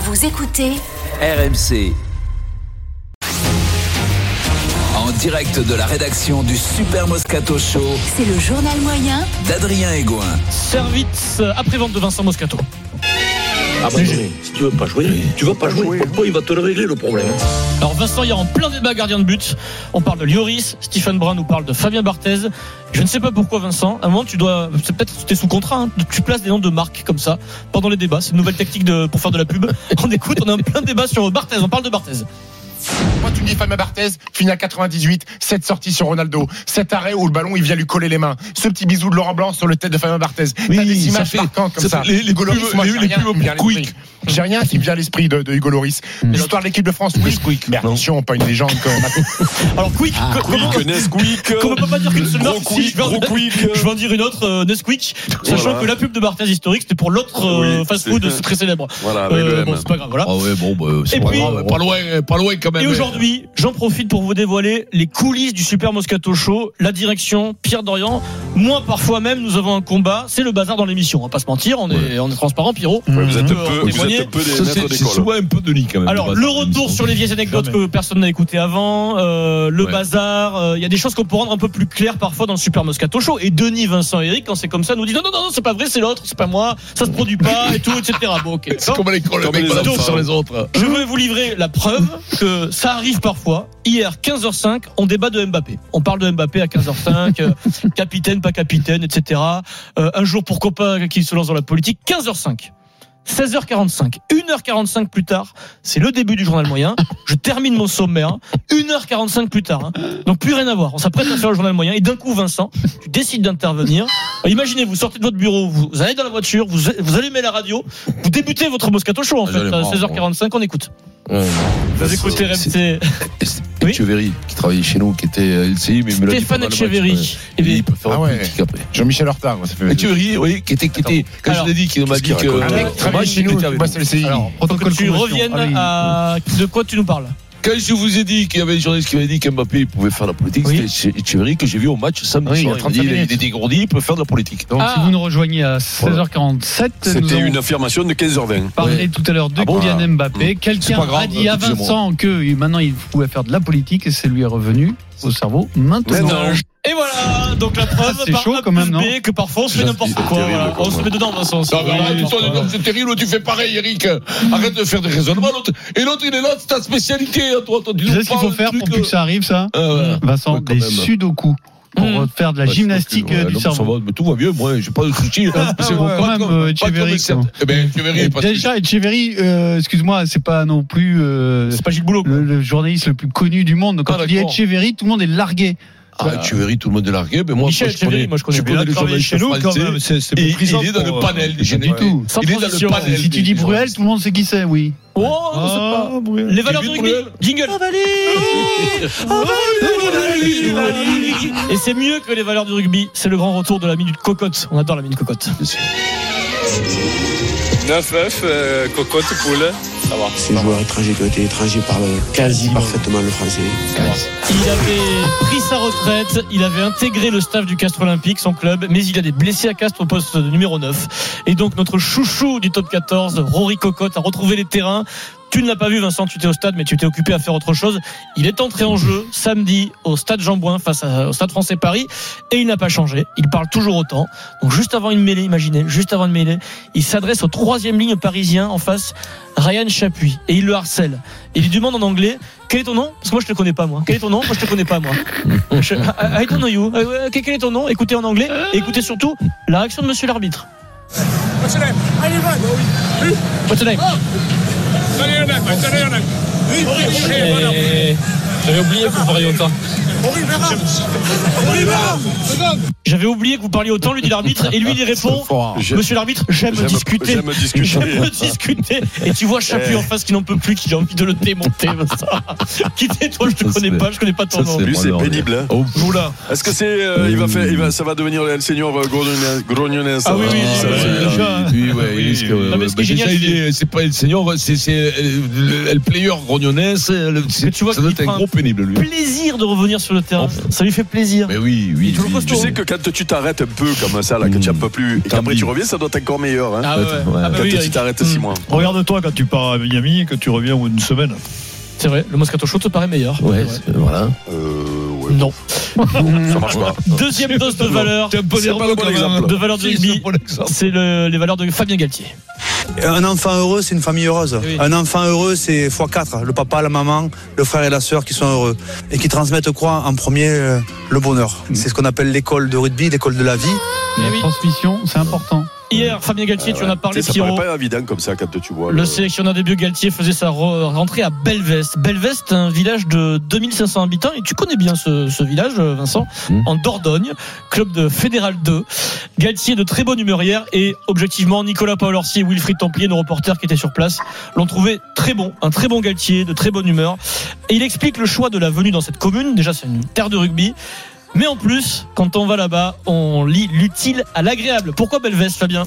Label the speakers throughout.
Speaker 1: Vous écoutez
Speaker 2: RMC. En direct de la rédaction du Super Moscato Show
Speaker 1: C'est le journal moyen
Speaker 2: d'Adrien Egoin.
Speaker 3: Service après-vente de Vincent Moscato.
Speaker 4: Ah bah, non, si tu veux pas jouer, tu vas pas jouer. Pourquoi il va te le régler le problème
Speaker 3: Alors Vincent, il y a en plein débat gardien de but. On parle de Lioris, Stephen Brun nous parle de Fabien Barthez. Je ne sais pas pourquoi Vincent, à un moment tu dois, c'est peut-être que tu es sous contrat, hein, tu places des noms de marques comme ça pendant les débats. C'est une nouvelle technique de, pour faire de la pub. On écoute, on a un plein de débats sur Barthez, on parle de Barthez.
Speaker 5: Moi, tu me dis Fabien Barthez, finale 98, cette sortie sur Ronaldo, cet arrêt où le ballon il vient lui coller les mains, ce petit bisou de Laurent Blanc sur le tête de Fabien Barthez.
Speaker 6: Oui,
Speaker 5: T'as des
Speaker 6: ça
Speaker 5: images
Speaker 6: fait-
Speaker 5: marquantes comme
Speaker 6: ça
Speaker 5: ça.
Speaker 6: fait les- les
Speaker 5: Hugo Loris,
Speaker 6: pubs-
Speaker 5: moi,
Speaker 6: les-
Speaker 5: j'ai
Speaker 6: les
Speaker 5: rien
Speaker 6: pubs
Speaker 5: qui me vient à l'esprit.
Speaker 6: quick. Mm.
Speaker 5: J'ai rien qui me vient à l'esprit de, de Hugo Loris. L'histoire de l'équipe de France, oui. Mais attention, pas une légende quand même.
Speaker 3: Alors Quick, co- comment,
Speaker 6: Ah, Quick, Nesquik,
Speaker 3: comment on peut pas dire qu'une seule marque si
Speaker 6: gros quick,
Speaker 3: je, vais en,
Speaker 6: gros quick.
Speaker 3: je vais en dire une autre, euh, Nesquik, sachant
Speaker 6: Voilà.
Speaker 3: que la pub de Barthez historique c'était pour l'autre euh,
Speaker 6: Oui,
Speaker 3: fast-food,
Speaker 6: c'est-
Speaker 3: c'est très célèbre.
Speaker 6: Voilà, avec
Speaker 3: Euh,
Speaker 6: le M.
Speaker 3: bon, c'est pas grave, voilà.
Speaker 7: Ah ouais, bon, bah, c'est
Speaker 3: Et
Speaker 7: pas
Speaker 3: puis-
Speaker 7: grave, pas loin, pas loin quand même.
Speaker 3: Et aujourd'hui, j'en profite pour vous dévoiler les coulisses du Super Moscato Show, la direction, Pierre Dorian. Moi, parfois même, nous avons un combat. C'est le bazar dans l'émission. On va pas se mentir, on est, on est transparent, Pierrot.
Speaker 6: Ouais, Vous êtes
Speaker 3: Mmh.
Speaker 6: peu, vous
Speaker 3: Témoigner.
Speaker 6: êtes peu des
Speaker 7: Ça, c'est
Speaker 6: maîtres
Speaker 7: c'est
Speaker 6: d'école.
Speaker 7: souvent un peu de lit quand même.
Speaker 3: Alors, le retour sur les vieilles anecdotes que personne n'a écouté avant, euh, le
Speaker 7: Ouais.
Speaker 3: bazar, euh, il y a des choses qu'on peut rendre un peu plus claires parfois dans le Super Moscato Show. Et Denis, Vincent, Eric, quand c'est comme ça, nous disent non, non, non, non, c'est pas vrai, c'est l'autre, c'est pas moi, ça se produit pas et tout, etc. Bon, ok.
Speaker 7: C'est
Speaker 3: d'accord.
Speaker 7: comme les cons, le
Speaker 6: Comme
Speaker 7: mec
Speaker 6: les
Speaker 7: balance
Speaker 3: enfants.
Speaker 7: sur les autres.
Speaker 3: Je veux vous livrer la preuve que ça arrive parfois. Hier, 15h05, on débat de Mbappé. On parle de Mbappé à 15h05, euh, capitaine, pas capitaine, etc. Euh, un jour pour copain qui se lance dans la politique. 15h05. 16h45, 1h45 plus tard, c'est le début du journal moyen. Je termine mon hein. sommaire, 1h45 plus tard. hein. Donc plus rien à voir. On s'apprête à faire le journal moyen et d'un coup, Vincent, tu décides d'intervenir. Alors, Imaginez, vous sortez de votre bureau, vous allez dans la voiture, vous, vous allumez la radio, vous débutez votre Moscato Show en
Speaker 7: Ah,
Speaker 3: fait
Speaker 7: j'allais
Speaker 3: à
Speaker 7: voir,
Speaker 3: 16h45, on écoute. Vous
Speaker 7: Vous
Speaker 3: écoutez RMC. Oui.
Speaker 7: Echeverry, qui travaillait chez nous, qui était LCI, mais il me l'a
Speaker 3: Stéphane
Speaker 7: dit
Speaker 3: Eh
Speaker 7: pendant le match,
Speaker 3: Echeverry.
Speaker 7: ouais. Et bien, il peut faire
Speaker 5: Ah
Speaker 7: un
Speaker 5: ouais.
Speaker 7: politique après.
Speaker 5: Jean-Michel Hortard, ça fait
Speaker 7: Echeverry, oui, qui était, qui était, quand je
Speaker 3: Alors,
Speaker 7: l'ai dit, qui m'a
Speaker 6: qu'est-ce
Speaker 7: dit
Speaker 6: qu'il raconte
Speaker 7: que.
Speaker 5: Un
Speaker 3: Euh,
Speaker 5: mec qui travaille
Speaker 7: Moi,
Speaker 5: chez
Speaker 7: il
Speaker 5: nous,
Speaker 7: était
Speaker 5: tu
Speaker 7: avec
Speaker 5: vois, c'est le CI.
Speaker 3: Alors, faut que tu reviennes
Speaker 8: Ah
Speaker 7: Ah
Speaker 3: à de quoi tu nous parles.
Speaker 7: Quand je vous ai dit qu'il y avait une journaliste qui m'avait dit qu'Mbappé pouvait faire de la politique,
Speaker 3: Oui.
Speaker 7: c'était Echeverry que j'ai vu au match samedi
Speaker 5: Oui, il y a
Speaker 7: soir. Il m'a dit,
Speaker 5: 35
Speaker 7: il est- il est
Speaker 5: minutes.
Speaker 7: dégourdi, il peut faire de la politique.
Speaker 8: Donc,
Speaker 3: Ah.
Speaker 8: si vous nous rejoignez à
Speaker 7: Voilà.
Speaker 8: 16h47, nous
Speaker 6: C'était
Speaker 8: allons
Speaker 6: une affirmation de 15h20.
Speaker 8: parler tout à l'heure de
Speaker 7: Ah bon,
Speaker 8: Kylian
Speaker 7: ah.
Speaker 8: Mbappé. Quelqu'un
Speaker 7: pas grave,
Speaker 8: a dit à
Speaker 7: excusez-moi.
Speaker 8: Vincent que maintenant il pouvait faire de la politique et c'est lui est revenu au cerveau maintenant.
Speaker 6: Maintenant.
Speaker 3: Et voilà, donc la
Speaker 8: Ah,
Speaker 3: preuve
Speaker 8: c'est
Speaker 3: par
Speaker 8: chaud
Speaker 3: A
Speaker 8: quand
Speaker 3: plus
Speaker 8: même, non
Speaker 3: B que parfois on se fait n'importe
Speaker 6: c'est
Speaker 3: quoi.
Speaker 6: terrible,
Speaker 3: voilà.
Speaker 6: quand
Speaker 3: On se
Speaker 6: même.
Speaker 3: met dedans dans sens.
Speaker 7: Non, Ah, mais arrête, toi, non, c'est terrible, tu fais pareil, Eric. Arrête de faire des raisonnements. l'autre- Et l'autre, il est là, c'est ta spécialité. hein, Toi, toi, tu
Speaker 8: Tu
Speaker 7: nous
Speaker 8: sais ce qu'il
Speaker 7: parles
Speaker 8: faut
Speaker 7: de
Speaker 8: faire
Speaker 7: trucs,
Speaker 8: pour plus
Speaker 7: euh,
Speaker 8: que ça arrive, ça
Speaker 7: euh,
Speaker 8: Vincent,
Speaker 7: ouais, quand
Speaker 8: des
Speaker 7: même. Hmm.
Speaker 8: sudoku
Speaker 3: Mm.
Speaker 8: pour faire de la
Speaker 7: Ouais,
Speaker 8: gymnastique
Speaker 7: c'est que,
Speaker 8: euh,
Speaker 7: ouais,
Speaker 8: du
Speaker 7: non, mais ça
Speaker 8: cerveau. Ah,
Speaker 7: va, mais tout va bien, moi, j'ai pas de soucis. hein. C'est
Speaker 8: ouais, quand même, euh, Echeverry, quoi.
Speaker 7: Eh ben, Echeverry,
Speaker 8: Et
Speaker 7: parce que-
Speaker 8: Déjà, Echeverry, euh, excuse-moi, c'est pas non plus euh,
Speaker 3: C'est pas Gilles Boulot.
Speaker 8: le, le journaliste le plus connu du monde. Quand
Speaker 7: Ah,
Speaker 8: tu dis
Speaker 7: d'accord.
Speaker 8: Echeverry, tout le monde est largué.
Speaker 7: Ah,
Speaker 8: bah,
Speaker 7: Echeverry, tout le monde est largué, mais moi,
Speaker 3: Michel
Speaker 7: moi, je connais,
Speaker 3: Echeverry, moi, je connais.
Speaker 7: je connais
Speaker 3: Il a
Speaker 7: le
Speaker 3: travaillé
Speaker 7: journaliste
Speaker 3: chez nous, quand
Speaker 7: français,
Speaker 3: même, c'est- c'est
Speaker 7: et
Speaker 3: méprisant
Speaker 7: il est dans
Speaker 3: pour,
Speaker 7: le
Speaker 3: euh,
Speaker 7: panel des
Speaker 8: Du
Speaker 7: généraux.
Speaker 8: tout.
Speaker 3: Sans
Speaker 7: Il est dans
Speaker 3: transition.
Speaker 7: le panel.
Speaker 8: Si tu dis Bruel, tout le monde sait qui c'est, oui.
Speaker 3: Oh, on sait pas. Les valeurs de
Speaker 7: J'ai vu
Speaker 3: rugby.
Speaker 7: Bruel.
Speaker 3: Jingle. Et c'est mieux que les valeurs du rugby. C'est le grand retour de la minute cocotte. On adore la minute cocotte.
Speaker 9: 9 œufs, euh, cocotte, poule. Ça va.
Speaker 10: Ces joueurs étrangers qui ont été étrangers parlent quasi parfaitement le français.
Speaker 3: Il avait pris sa retraite, il avait intégré le staff du Castres Olympique, son club, mais il a des blessés à Castres au poste de numéro 9. Et donc notre chouchou du top 14, Rory Cocotte, a retrouvé les terrains. Tu ne l'as pas vu Vincent, tu étais au stade, mais tu t'es occupé à faire autre chose. Il est entré en jeu samedi au stade Jean Bouin face à- au stade français Paris et il n'a pas changé. Il parle toujours autant. Donc juste avant une mêlée, imaginez, juste avant une mêlée, il s'adresse au troisième ligne parisien en face, Ryan Chapuis, et il le harcèle. Il lui demande en anglais quel est ton nom Parce que moi je te connais pas moi. Quel est ton nom Moi je te connais pas moi. Je- I, I don't know you. Euh, quel quel est ton nom Écoutez en anglais et écoutez surtout la réaction de monsieur l'arbitre. What's your name Eh, What's your name J'avais oublié qu'on parlait autant. J'avais oublié que vous parliez autant, lui dit l'arbitre, et lui il répond
Speaker 8: fort.
Speaker 6: J'aime-
Speaker 3: Monsieur l'arbitre, j'aime
Speaker 6: j'aime-
Speaker 3: discuter.
Speaker 6: J'aime discuter.
Speaker 3: J'aime discuter. Et tu vois Chapuis en face qui n'en peut plus, qui a envie de le démonter. Vincent. Quittez toi, je te
Speaker 11: Ça,
Speaker 3: connais
Speaker 11: c'est-
Speaker 3: pas, je connais pas ton
Speaker 11: ça,
Speaker 3: nom.
Speaker 11: c'est-
Speaker 6: Lui, c'est
Speaker 11: Bon,
Speaker 6: pénible. hein.
Speaker 11: Oh,
Speaker 3: Oula.
Speaker 6: Est-ce que c'est. euh, il va faire, il va, ça va devenir le senior Grognonens.
Speaker 3: Ah oui, oui,
Speaker 6: ça,
Speaker 3: oui,
Speaker 6: c'est-
Speaker 3: oui, déjà.
Speaker 11: oui, ouais, il risque, euh,
Speaker 3: Non, mais ce qui
Speaker 7: Bah,
Speaker 3: est
Speaker 7: déjà,
Speaker 3: génial,
Speaker 7: il
Speaker 3: c'est-
Speaker 7: est- c'est pas le senior, c'est c'est, euh, le le player grognonnais. c'est euh, le- c'est-
Speaker 3: tu vois
Speaker 7: Ça
Speaker 3: qu'il
Speaker 7: doit être
Speaker 3: prend un
Speaker 7: un gros pénible, lui.
Speaker 3: plaisir de revenir sur le terrain. Ça lui fait plaisir.
Speaker 7: Mais oui,
Speaker 3: Il est
Speaker 7: oui.
Speaker 3: toujours
Speaker 7: oui,
Speaker 3: costaud.
Speaker 6: Tu sais que quand tu t'arrêtes un peu comme ça, là, que tu n'en peux plus, et
Speaker 11: Tant
Speaker 6: qu'après
Speaker 11: pis.
Speaker 6: tu reviens, ça doit être encore meilleur. Hein.
Speaker 3: Ah ouais. Ah bah
Speaker 6: Quand
Speaker 3: oui,
Speaker 6: tu
Speaker 3: Eric.
Speaker 6: t'arrêtes 6 mois.
Speaker 11: Regarde-toi quand tu pars à Miami et que tu reviens au bout d'une semaine.
Speaker 3: C'est vrai, le Moscato Show te paraît meilleur.
Speaker 11: Ouais,
Speaker 3: C'est vrai.
Speaker 11: c'est- voilà.
Speaker 6: Euh, ouais.
Speaker 3: Non.
Speaker 6: Ça marche pas.
Speaker 3: Deuxième dose de valeur.
Speaker 7: T'es un peu
Speaker 6: C'est
Speaker 7: nerveux,
Speaker 6: pas le bon
Speaker 7: quand même.
Speaker 6: exemple.
Speaker 3: De valeur de
Speaker 7: Si,
Speaker 3: rugby.
Speaker 7: c'est pas l'exemple.
Speaker 3: C'est le- les valeurs de Fabien Galtier.
Speaker 10: Un enfant heureux, c'est une famille heureuse.
Speaker 3: Oui.
Speaker 10: Un enfant heureux, c'est x4. Le papa, la maman, le frère et la sœur qui sont heureux. Et qui transmettent quoi En premier, euh, le bonheur.
Speaker 11: Mm.
Speaker 10: C'est ce qu'on appelle l'école de rugby, l'école de la vie.
Speaker 3: Eh oui.
Speaker 8: La transmission, c'est important.
Speaker 3: Hier, Fabien Galtier, tu en as parlé,
Speaker 6: Tu sais, Eh Ça
Speaker 3: Pierrot.
Speaker 6: paraît pas évident comme ça quand tu vois.
Speaker 3: Le sélectionneur des Bieux Galtier faisait sa re- rentrée à Belveste. Belveste, un village de 2500 habitants, et tu connais bien ce, ce village, Vincent,
Speaker 11: Mm.
Speaker 3: en Dordogne, club de Fédéral 2. Galtier de très bonne humeur hier, et objectivement, Nicolas Paolorsi et Wilfried Templier, nos reporters qui étaient sur place, l'ont trouvé très bon, un très bon Galtier, de très bonne humeur. Et il explique le choix de la venue dans cette commune, déjà c'est une terre de rugby. Mais en plus, quand on va là-bas, on lit l'utile à l'agréable. Pourquoi Belveste, Fabien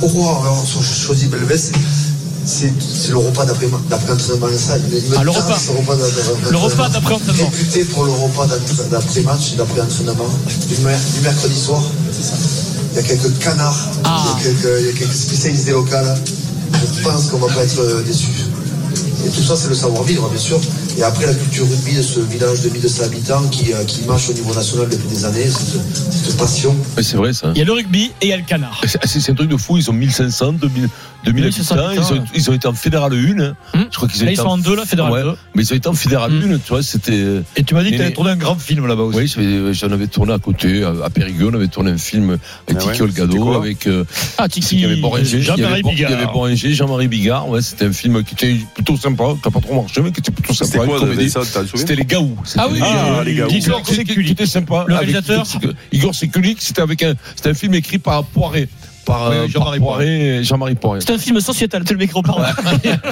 Speaker 10: Pourquoi on choisit Belvès c'est le repas d'après match ça.
Speaker 3: Ah, le repas. Le repas d'après-entraînement.
Speaker 10: réputé pour le repas d'entra- d'après-match, d'après-entraînement, du, mer- du mercredi soir. Il y a quelques canards,
Speaker 3: Ah.
Speaker 10: il, y a quelques, il y a quelques spécialistes des locales. Je pense qu'on va pas être euh, déçus. Et tout ça, c'est le savoir-vivre, bien sûr. Et après, la culture rugby de ce village de 1200 habitants qui, euh, qui marche au niveau national depuis des années, cette, cette passion.
Speaker 7: Mais c'est vrai, ça.
Speaker 3: Il y a le rugby et il y a le canard.
Speaker 7: C'est c'est un truc de fou, ils ont 1500, 2000, 2000
Speaker 3: 1500
Speaker 7: habitants, ils ont,
Speaker 3: habitants.
Speaker 7: ils ont été en fédéral 1. hein.
Speaker 3: Hmm.
Speaker 7: Je crois qu'ils ont
Speaker 3: Là, ils
Speaker 7: été
Speaker 3: sont en deux, là, fédéral
Speaker 7: Ouais,
Speaker 3: 2.
Speaker 7: Mais ils ont été en fédéral
Speaker 3: Hmm.
Speaker 7: 1, tu vois, c'était.
Speaker 11: Et tu m'as dit que
Speaker 7: Mais-
Speaker 11: tu avais tourné un grand film là-bas aussi.
Speaker 7: Oui, j'avais- j'en avais tourné à côté, à à Périgueux, on avait tourné un film avec
Speaker 6: Ah ouais,
Speaker 7: Tiki Olgado,
Speaker 6: c'était quoi
Speaker 7: avec. euh,
Speaker 3: Ah, Tiki.
Speaker 7: Il y avait Boringer, il y
Speaker 11: Jean-Marie
Speaker 7: avait Bor- il y
Speaker 11: Bigard.
Speaker 7: avait Boringer, Jean-Marie Bigard. Ouais, c'était un film qui était plutôt sympa, qui n'a pas trop marché, mais qui était plutôt
Speaker 6: C'était
Speaker 7: sympa.
Speaker 6: quoi, euh,
Speaker 7: une comédie.
Speaker 6: ça, t'as le souvenir
Speaker 7: C'était les Gaou.
Speaker 3: Ah oui,
Speaker 6: Ah,
Speaker 11: euh,
Speaker 7: oui,
Speaker 6: les Gaou.
Speaker 7: oui, Igor
Speaker 3: Igor
Speaker 7: Sekulic. C'était sympa.
Speaker 3: Le
Speaker 7: Avec
Speaker 3: réalisateur.
Speaker 7: Igor Sekulic, c'était avec un, c'était un film écrit par Poiré. Par,
Speaker 11: Oui,
Speaker 7: euh,
Speaker 11: Jean-Marie
Speaker 7: par Poiré. et Jean-Marie Poiré.
Speaker 3: C'est un film sociétal, tu le micro par là.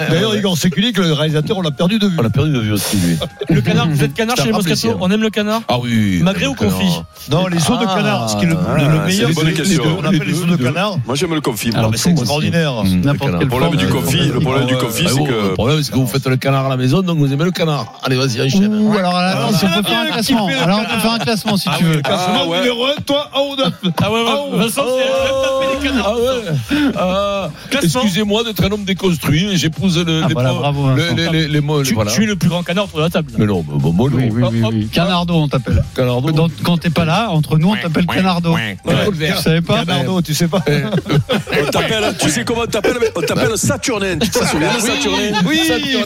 Speaker 11: D'ailleurs, Igor Sekulic, le réalisateur, on l'a perdu de vue.
Speaker 7: On a perdu de vue aussi, lui.
Speaker 3: Le canard, vous êtes canard
Speaker 11: Ça
Speaker 3: chez les
Speaker 11: fera
Speaker 3: Moscato
Speaker 11: plaisir.
Speaker 3: On aime le canard
Speaker 7: Ah oui.
Speaker 3: Magret ou
Speaker 7: Donc, alors,
Speaker 3: confit
Speaker 11: Non, les os de
Speaker 7: Ah,
Speaker 11: canard, ce qui est le,
Speaker 6: ah,
Speaker 11: le
Speaker 6: c'est
Speaker 11: meilleur,
Speaker 6: une bonne
Speaker 11: les
Speaker 6: question.
Speaker 11: deux. On appelle
Speaker 7: Les
Speaker 11: les os
Speaker 7: deux,
Speaker 11: de
Speaker 7: deux.
Speaker 11: canard.
Speaker 6: Moi, j'aime le confit.
Speaker 11: Alors,
Speaker 6: moi.
Speaker 11: mais c'est extraordinaire.
Speaker 10: Mm.
Speaker 7: Mmh,
Speaker 8: N'importe euh,
Speaker 7: le
Speaker 8: quelle
Speaker 6: problème
Speaker 8: forme.
Speaker 6: du confit, le problème du confit,
Speaker 7: Ah
Speaker 6: c'est
Speaker 7: bon,
Speaker 6: que-
Speaker 7: Le problème, c'est que vous faites le canard à la maison, donc vous aimez le canard. Allez, vas-y, enchaîne.
Speaker 8: Ouh, alors là,
Speaker 11: Alors,
Speaker 8: si on peut faire un classement. Alors on peut faire un classement si tu veux.
Speaker 6: Ah ouais.
Speaker 11: numéro 1, toi, en haut neuf.
Speaker 3: Ah ouais,
Speaker 7: Oh,
Speaker 3: ouais. Vincent, c'est taper les canards.
Speaker 7: Ah ouais. Ah,
Speaker 3: Classement.
Speaker 7: Excusez-moi d'être un homme déconstruit. J'épouse le,
Speaker 8: Ah,
Speaker 7: les,
Speaker 8: voilà,
Speaker 7: pro-
Speaker 8: bravo, Vincent.
Speaker 7: le- les, les, les mots-
Speaker 3: Tu,
Speaker 7: voilà.
Speaker 3: tu es le plus grand canard autour de la table.
Speaker 7: Mais non, mais bon, bon, non.
Speaker 8: Oui, oui, oui, oui. Canardo, on t'appelle.
Speaker 7: Canardo.
Speaker 8: Dans- Quand t'es pas là, entre nous, on t'appelle Canardo. Tu savais pas
Speaker 11: Canardo, tu sais pas.
Speaker 6: On t'appelle, tu sais comment on t'appelle mais On t'appelle Saturnin. Tu te souviens de Saturnin
Speaker 11: Oui,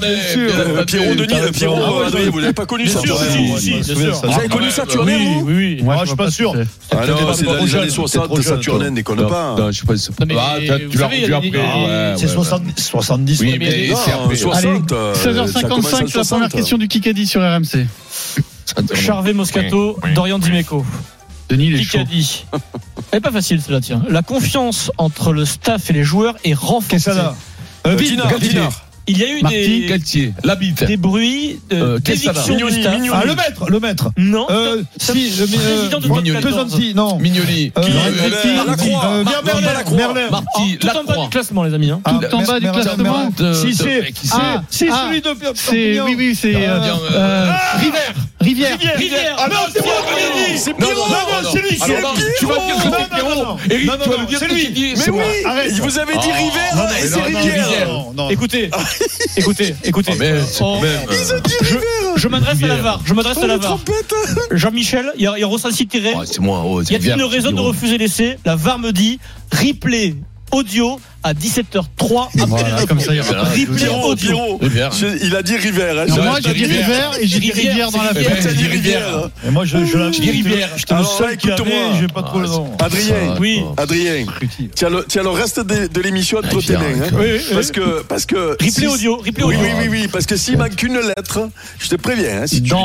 Speaker 6: Euh, Pierrot Denis, euh, Pierrot
Speaker 3: Ah ouais,
Speaker 6: euh, Denis, vous n'avez pas connu
Speaker 3: Bien sûr,
Speaker 6: Saturnin
Speaker 3: si,
Speaker 6: vous
Speaker 3: si, bien sûr.
Speaker 6: Vous avez connu Saturnin
Speaker 11: Oui,
Speaker 6: vous
Speaker 11: oui. Moi, je suis pas sûr.
Speaker 6: Ah non, c'est
Speaker 11: trop
Speaker 6: dans les
Speaker 11: jeune,
Speaker 6: années
Speaker 11: t'es
Speaker 6: 60,
Speaker 11: trop jeune,
Speaker 6: Saturnin, déconne
Speaker 7: Non,
Speaker 6: pas.
Speaker 7: non, je sais pas. c'est-
Speaker 3: Non, mais
Speaker 7: Ah, t'as-
Speaker 3: vous
Speaker 7: tu l'as
Speaker 3: savez,
Speaker 7: revu
Speaker 3: il y a-
Speaker 7: après.
Speaker 3: il y a-
Speaker 7: ouais,
Speaker 11: C'est
Speaker 7: ouais.
Speaker 11: 70, 70
Speaker 7: Oui,
Speaker 11: on est-
Speaker 7: mais
Speaker 6: Non,
Speaker 7: c'est après.
Speaker 6: 60.
Speaker 8: Allez,
Speaker 6: euh, ça commence à
Speaker 8: 16h55, la
Speaker 6: 60.
Speaker 8: première question du Kikadi sur RMC.
Speaker 3: Charvet Moscato, Dorian Dimeco.
Speaker 8: Denis, il est chaud.
Speaker 3: Picardie. Elle est pas facile, cela, tiens. La confiance entre le staff et les joueurs est renforcée.
Speaker 11: Quesada.
Speaker 6: Euh,
Speaker 11: Vite,
Speaker 6: Dinard,
Speaker 11: Galtier.
Speaker 6: Dinard.
Speaker 3: Il y a eu
Speaker 7: Marty
Speaker 3: des,
Speaker 7: Galtier, la bite.
Speaker 3: des bruits euh,
Speaker 7: Euh, Quesada.
Speaker 3: d'éviction du
Speaker 6: Mignoni,
Speaker 3: staff.
Speaker 6: Mignoni.
Speaker 11: Ah, le maître, le maître.
Speaker 3: Non.
Speaker 11: Euh,
Speaker 3: Ça-
Speaker 11: si, je mets, euh,
Speaker 3: Président du top
Speaker 11: Mignoni.
Speaker 3: 14.
Speaker 11: Pesanti, non.
Speaker 7: Mignoni.
Speaker 11: Euh,
Speaker 7: Qui-
Speaker 11: Lorenzetti,
Speaker 6: Euh, Lacroix.
Speaker 11: euh,
Speaker 6: Mar-
Speaker 11: Merler,
Speaker 6: Lacroix.
Speaker 11: Merler.
Speaker 7: Marty,
Speaker 3: tout en bas
Speaker 7: Lacroix.
Speaker 3: du classement, les amis. hein.
Speaker 8: Tout
Speaker 11: Ah,
Speaker 8: en bas du
Speaker 11: Merler,
Speaker 8: classement.
Speaker 3: Euh,
Speaker 11: Merler,
Speaker 7: de-
Speaker 11: Si,
Speaker 7: de-
Speaker 11: c'est.
Speaker 7: qui
Speaker 8: Ah,
Speaker 11: Si,
Speaker 8: ah,
Speaker 11: celui de Pierre
Speaker 8: C'est,
Speaker 11: Papillon.
Speaker 8: oui, oui, c'est euh,
Speaker 7: Bien, euh,
Speaker 8: euh, Rivière.
Speaker 3: Rivière.
Speaker 11: Ah non, c'est moi, Denis.
Speaker 6: C'est Pierrot
Speaker 11: Non, non, non, c'est lui,
Speaker 6: Alors,
Speaker 11: c'est
Speaker 6: non,
Speaker 11: Pierrot.
Speaker 6: Tu vas dire que
Speaker 11: Non,
Speaker 6: c'est
Speaker 11: non, non,
Speaker 6: Pierrot
Speaker 11: non.
Speaker 6: Eric,
Speaker 11: Non, non,
Speaker 6: tu vas
Speaker 11: non,
Speaker 6: me dire
Speaker 11: c'est
Speaker 6: que
Speaker 11: lui.
Speaker 6: tu dis-
Speaker 11: Mais
Speaker 6: c'est moi.
Speaker 11: oui. Arrête.
Speaker 6: Il vous avait dit
Speaker 11: Non,
Speaker 6: River et
Speaker 11: mais
Speaker 6: c'est
Speaker 11: Ah, non, non,
Speaker 6: Rivière
Speaker 11: non, non.
Speaker 3: Écoutez, écoutez, écoutez.
Speaker 7: Ah, mais c'est
Speaker 3: On-
Speaker 7: quand même, euh,
Speaker 3: Je m'adresse à l'avare. Je m'adresse à l'avare. Jean-Michel, il y a, il y a Rossi tiré.
Speaker 7: ah, c'est moi. oh, c'est
Speaker 3: Y a-t-il
Speaker 7: Rivière,
Speaker 3: une raison
Speaker 7: c'est
Speaker 3: de
Speaker 7: Pierrot.
Speaker 3: refuser l'essai La VAR me dit replay audio à 17h03 après
Speaker 8: Voilà,
Speaker 3: les
Speaker 8: comme ça, il y aura pas de
Speaker 3: Replay
Speaker 8: doute.
Speaker 6: Pierrot,
Speaker 3: audio.
Speaker 6: Pierrot.
Speaker 7: Rivière.
Speaker 6: Je- Il a dit River. hein.
Speaker 8: Non,
Speaker 6: Ça
Speaker 8: moi,
Speaker 6: va,
Speaker 8: j'ai dit
Speaker 6: Rivière.
Speaker 8: Rivière et j'ai dit
Speaker 3: Rivière,
Speaker 8: Rivière dans
Speaker 3: c'est
Speaker 8: la
Speaker 3: Rivière.
Speaker 8: fête.
Speaker 6: T'as dit Rivière.
Speaker 7: Rivière.
Speaker 11: Et moi, je, je l'avais.
Speaker 3: Rivière.
Speaker 11: J'étais le
Speaker 6: Alors,
Speaker 11: seul qui
Speaker 6: écoute-moi.
Speaker 11: avait, j'ai pas trouvé le nom.
Speaker 6: Adrien.
Speaker 3: Oui.
Speaker 6: Adrien, tu as le, tu as le reste de, de l'émission entre tes
Speaker 7: Rivière,
Speaker 6: mains. hein.
Speaker 7: quoi.
Speaker 3: Oui, oui, oui.
Speaker 6: Parce que. Parce que
Speaker 3: Replay
Speaker 6: si-
Speaker 3: audio, replay
Speaker 6: Oui,
Speaker 3: audio.
Speaker 6: oui, oui, oui, parce que s'il manque une lettre, je te préviens, hein, si tu
Speaker 8: Dans